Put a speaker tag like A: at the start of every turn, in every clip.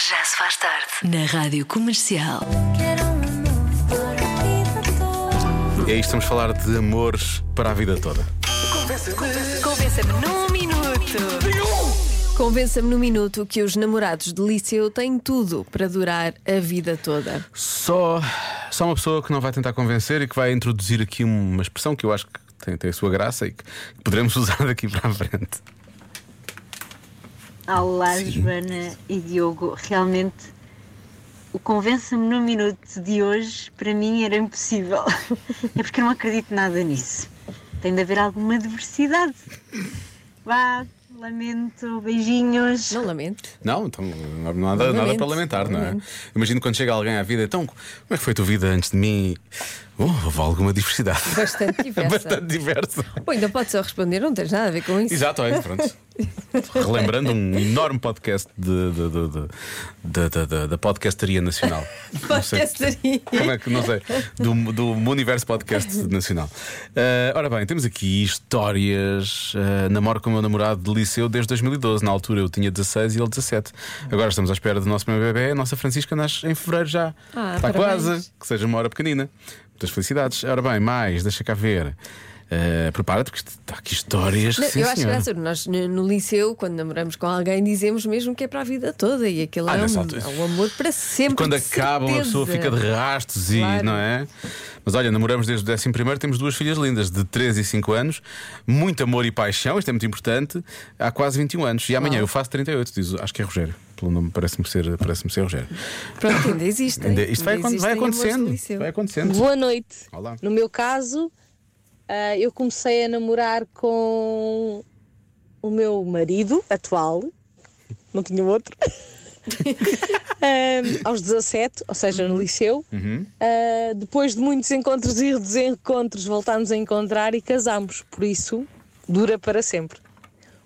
A: Já se faz tarde.
B: Na Rádio Comercial.
C: E aí estamos a falar de amores para a vida toda.
B: Convença-me num minuto.
D: Convença-me no minuto que os namorados de liceu têm tudo para durar a vida toda.
C: Só, só uma pessoa que não vai tentar convencer e que vai introduzir aqui uma expressão que eu acho que tem, tem a sua graça e que poderemos usar daqui para a frente.
E: Olá, Joana e Diogo. Realmente, o convença-me no minuto de hoje, para mim era impossível. É porque eu não acredito nada nisso. Tem de haver alguma diversidade. Vá, lamento, beijinhos.
D: Não lamento.
C: Não, então não há nada,
D: Lamento,
C: nada para lamentar, não é?
D: lamento.
C: Imagino quando chega alguém à vida, então, como é que foi a tua vida antes de mim? Bom, houve alguma diversidade.
D: Bastante diversa.
C: Bastante diversa.
D: Bom, ainda pode só responder, não tens nada a ver com isso.
C: Exato, olha, pronto. Relembrando um enorme podcast de, de, de, de- da- da- da- da Podcastaria Nacional. Não sei-
D: Podcastaria.
C: Como é que, não sei. Do, do Universo Podcast Nacional. Ah, ora bem, temos aqui histórias. Ah, namoro com o meu namorado de liceu desde 2012. Na altura eu tinha 16 e ele 17. Agora estamos à espera do nosso meu bebê. A nossa Francisca nasce em fevereiro já.
D: Ah,
C: Está
D: parabéns.
C: quase. Que seja uma hora pequenina. Muitas felicidades. Ora bem, mais, deixa cá ver. Ah, Prepara-te, porque isto- está aqui histórias.
D: Não,
C: que, sim,
D: eu acho
C: senhora.
D: graça, nós no, no liceu, quando namoramos com alguém, dizemos mesmo que é para a vida toda e aquele
C: Ah,
D: é,
C: nessa
D: um,
C: altura.
D: é um amor para sempre.
C: E quando
D: de
C: acabam, a pessoa
D: certeza.
C: fica de rastos e
D: Claro.
C: não é? Mas olha, namoramos desde o 11, temos duas filhas lindas de 13 e 5 anos, muito amor e paixão, isto é muito importante, há quase 21 anos. E amanhã eu faço 38, diz, acho que é Rogério, pelo nome parece-me ser, parece ser Rogério.
D: Pronto, ainda existe.
C: Ainda- isto vai, acon- vai acontecendo, vai acontecendo.
F: Boa noite.
C: Olá.
F: No meu caso, ah, eu comecei a namorar com o meu marido atual, não tinha outro, Ahm, aos 17, ou seja,
D: Uhum.
F: no liceu.
C: Uhum.
F: Ah, depois de muitos encontros e desencontros, voltámos a encontrar e casámos. Por isso, dura para sempre.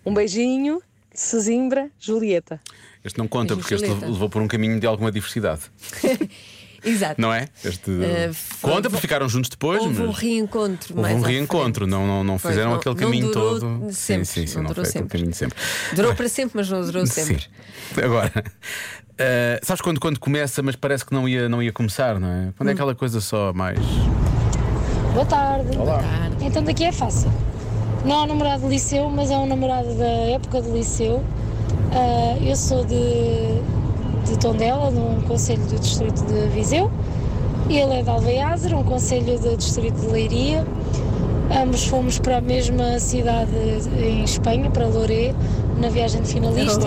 F: Um beijinho, de Sesimbra, Julieta.
C: Este não conta
D: Mas,
C: porque este
D: Julieta.
C: levou por um caminho de alguma diversidade,
D: Exato.
C: não é? Este
D: Eh,
C: conta
D: houve-
C: porque ficaram juntos depois,
D: Houve um
C: mas-
D: reencontro.
C: Houve
D: mais
C: um
D: à
C: reencontro,
D: frente.
C: não, não, não
D: Pois,
C: fizeram
D: não-
C: aquele
D: não
C: caminho
D: durou
C: todo.
D: Sempre,
C: sim, sim, sim,
D: não
C: não,
D: durou
C: foi aquele
D: sempre.
C: caminho de sempre.
D: Durou para sempre, mas não durou sempre.
C: é? Sim. Agora, eh, sabes quando, quando começa, mas parece que não ia, não ia começar, não é?
D: Hum.
C: Quando é aquela coisa só mais.
G: Boa tarde. Então daqui é fácil. Não é um namorado de liceu, mas é um namorado da época do liceu. Ah, eu sou de, de Tondela, de um conselho do distrito de Viseu. Ele é de Alveiazer, um conselho do distrito de Leiria. Ambos fomos para a mesma cidade em Espanha, para Loré, na viagem de finalistas.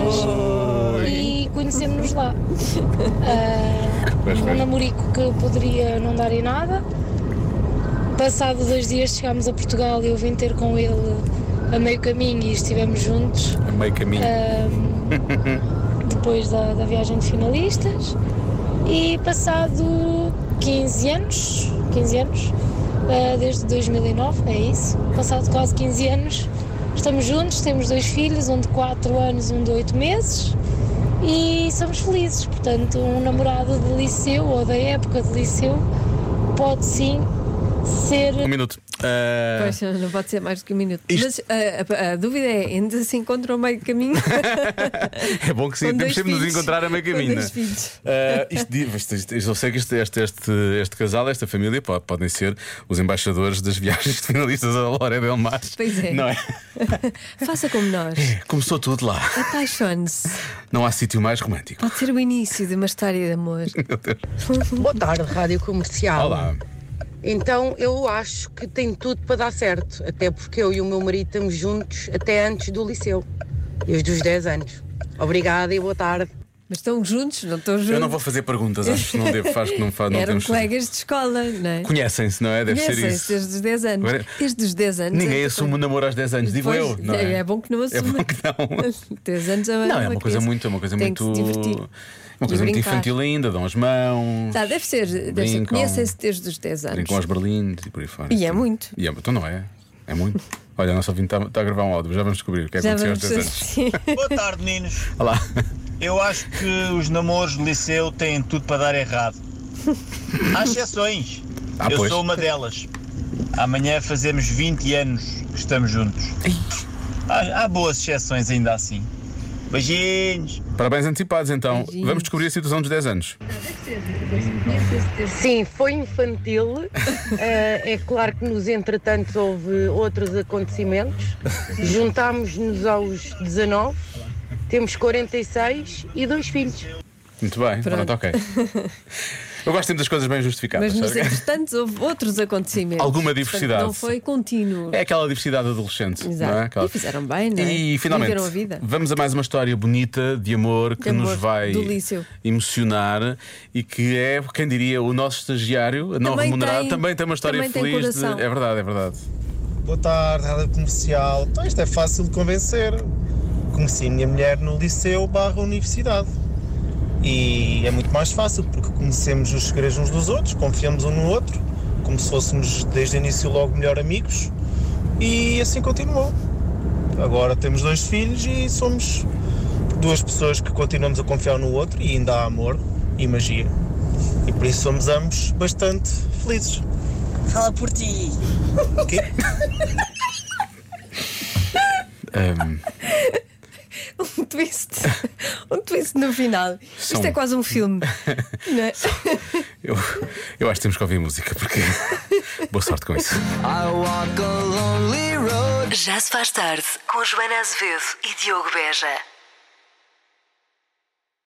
G: E conhecemos-nos lá. Ah,
C: Pois,
G: um
C: pois.
G: namorico que poderia não dar em nada. Passado dois dias chegámos a Portugal e eu vim ter com ele a meio caminho e estivemos juntos
C: a meio caminho.
D: Eh,
G: ahm, depois da, da viagem de finalistas. E passado 15 anos, 15 anos, ah, desde 2009, é isso, passado quase 15 anos, estamos juntos, temos dois filhos, um de 4 anos e um de 8 meses. E somos felizes, portanto, um namorado de liceu ou da época de liceu pode sim ser
C: Um minuto. Eh,
D: Pois, não pode ser mais do que um minuto.
C: Isto-
D: Mas ah, a, a dúvida é: ainda se encontra ao meio caminho?
C: é bom que sim,
D: Com dois
C: temos sempre de nos
D: filhos.
C: encontrar a meio
D: Com
C: caminho.
D: dois
C: não é?
D: filhos.
C: Eh, isto di- isto- isto- isto- eu sei que este, este, este, este casal, esta família, po- podem ser os embaixadores das viagens de finalistas a Loré Del Mar.
D: Pois é.
C: Não é?
D: Faça como nós.
C: Começou tudo lá.
D: Apaixone-se.
C: Não há sítio mais romântico.
D: Pode ser o início de uma história de amor.
C: Meu Deus.
H: Boa tarde, Rádio Comercial.
C: Olá.
H: Então, eu acho que tem tudo para dar certo, até porque eu e o meu marido estamos juntos até antes do liceu, desde os 10 anos. Obrigada e boa tarde.
D: Mas estão juntos, não estão juntos.
C: Eu não vou fazer perguntas, acho que não devo, acho que não, fa- não
D: Eram
C: temos.
D: colegas de escola, não é?
C: Conhecem-se, não é? Deve ser
D: Conhecem-se
C: isso.
D: desde os 10 anos.
C: Agora-
D: Desde os 10 anos.
C: Ninguém assume é o namoro aos 10 anos, digo
D: é Pois,
C: eu. Não é?
D: é bom que não
C: É
D: assuma.
C: bom que não.
D: 10 anos é
C: Não, é uma coisa
D: criança.
C: muito, é uma coisa
D: Tem que se
C: muito.
D: divertir.
C: Uma coisa
D: E
C: muito
D: brincar.
C: infantil ainda, dão as mãos.
D: Tá, deve ser, deve ser.
C: Brincam.
D: Conhecem-se desde os 10 anos.
C: Brincam aos berlindes e por aí fora.
D: E é muito.
C: E é, então não é? É muito. Olha, a nossa ouvinte está a gravar um áudio, já vamos descobrir o que é que
D: Já
C: aconteceu aos
D: vamos
C: 10 anos.
D: assistir.
I: Boa tarde, meninos.
C: Olá.
I: Eu acho que os namoros de liceu têm tudo para dar errado. Há exceções.
C: Ah,
I: Eu
C: pois.
I: sou uma delas. Amanhã fazemos 20 anos que estamos juntos. Há, há boas exceções ainda assim. Beijinhos.
C: Parabéns antecipados, então.
D: Beijinhos.
C: Vamos descobrir a situação dos 10 anos.
H: Sim, foi infantil. Eh, é claro que nos entretanto houve outros acontecimentos. Juntámos-nos aos 19, temos 46 e dois filhos.
C: Muito bem, pronto, ok. Eu gosto sempre das coisas bem justificadas.
D: Mas nos
C: sabe? é
D: entretantos houve outros acontecimentos.
C: Alguma
D: Portanto,
C: diversidade.
D: Não foi contínuo.
C: É aquela diversidade adolescente.
D: Exato.
C: Não é? Aquela-
D: E fizeram bem, não é?
C: E finalmente,
D: Viveram a vida.
C: vamos a mais uma história bonita de amor que
D: De amor,
C: nos vai
D: do Lício.
C: emocionar e que é, quem diria, o nosso estagiário não
D: Também
C: remunerado
D: tem-
C: também tem uma história
D: também tem
C: feliz. de-
D: coração.
C: É verdade, é verdade.
A: Boa tarde, Rádio Comercial. Então, isto é fácil de convencer. Conheci a minha mulher no liceu barra universidade. E é muito mais fácil, porque conhecemos os segredos uns dos outros, confiamos um no outro, como se fôssemos desde o início logo melhor amigos. E assim continuou. Agora temos dois filhos e somos duas pessoas que continuamos a confiar no outro e ainda há amor e magia. E por isso somos ambos bastante felizes.
J: Fala por ti.
C: Ahm,
D: Um twist. um twist no final. Isto é quase um filme. não é?
C: eu, eu acho que temos que ouvir música, porque. Boa sorte com isso.
B: Já se faz tarde com Joana Azevedo e Diogo Beja.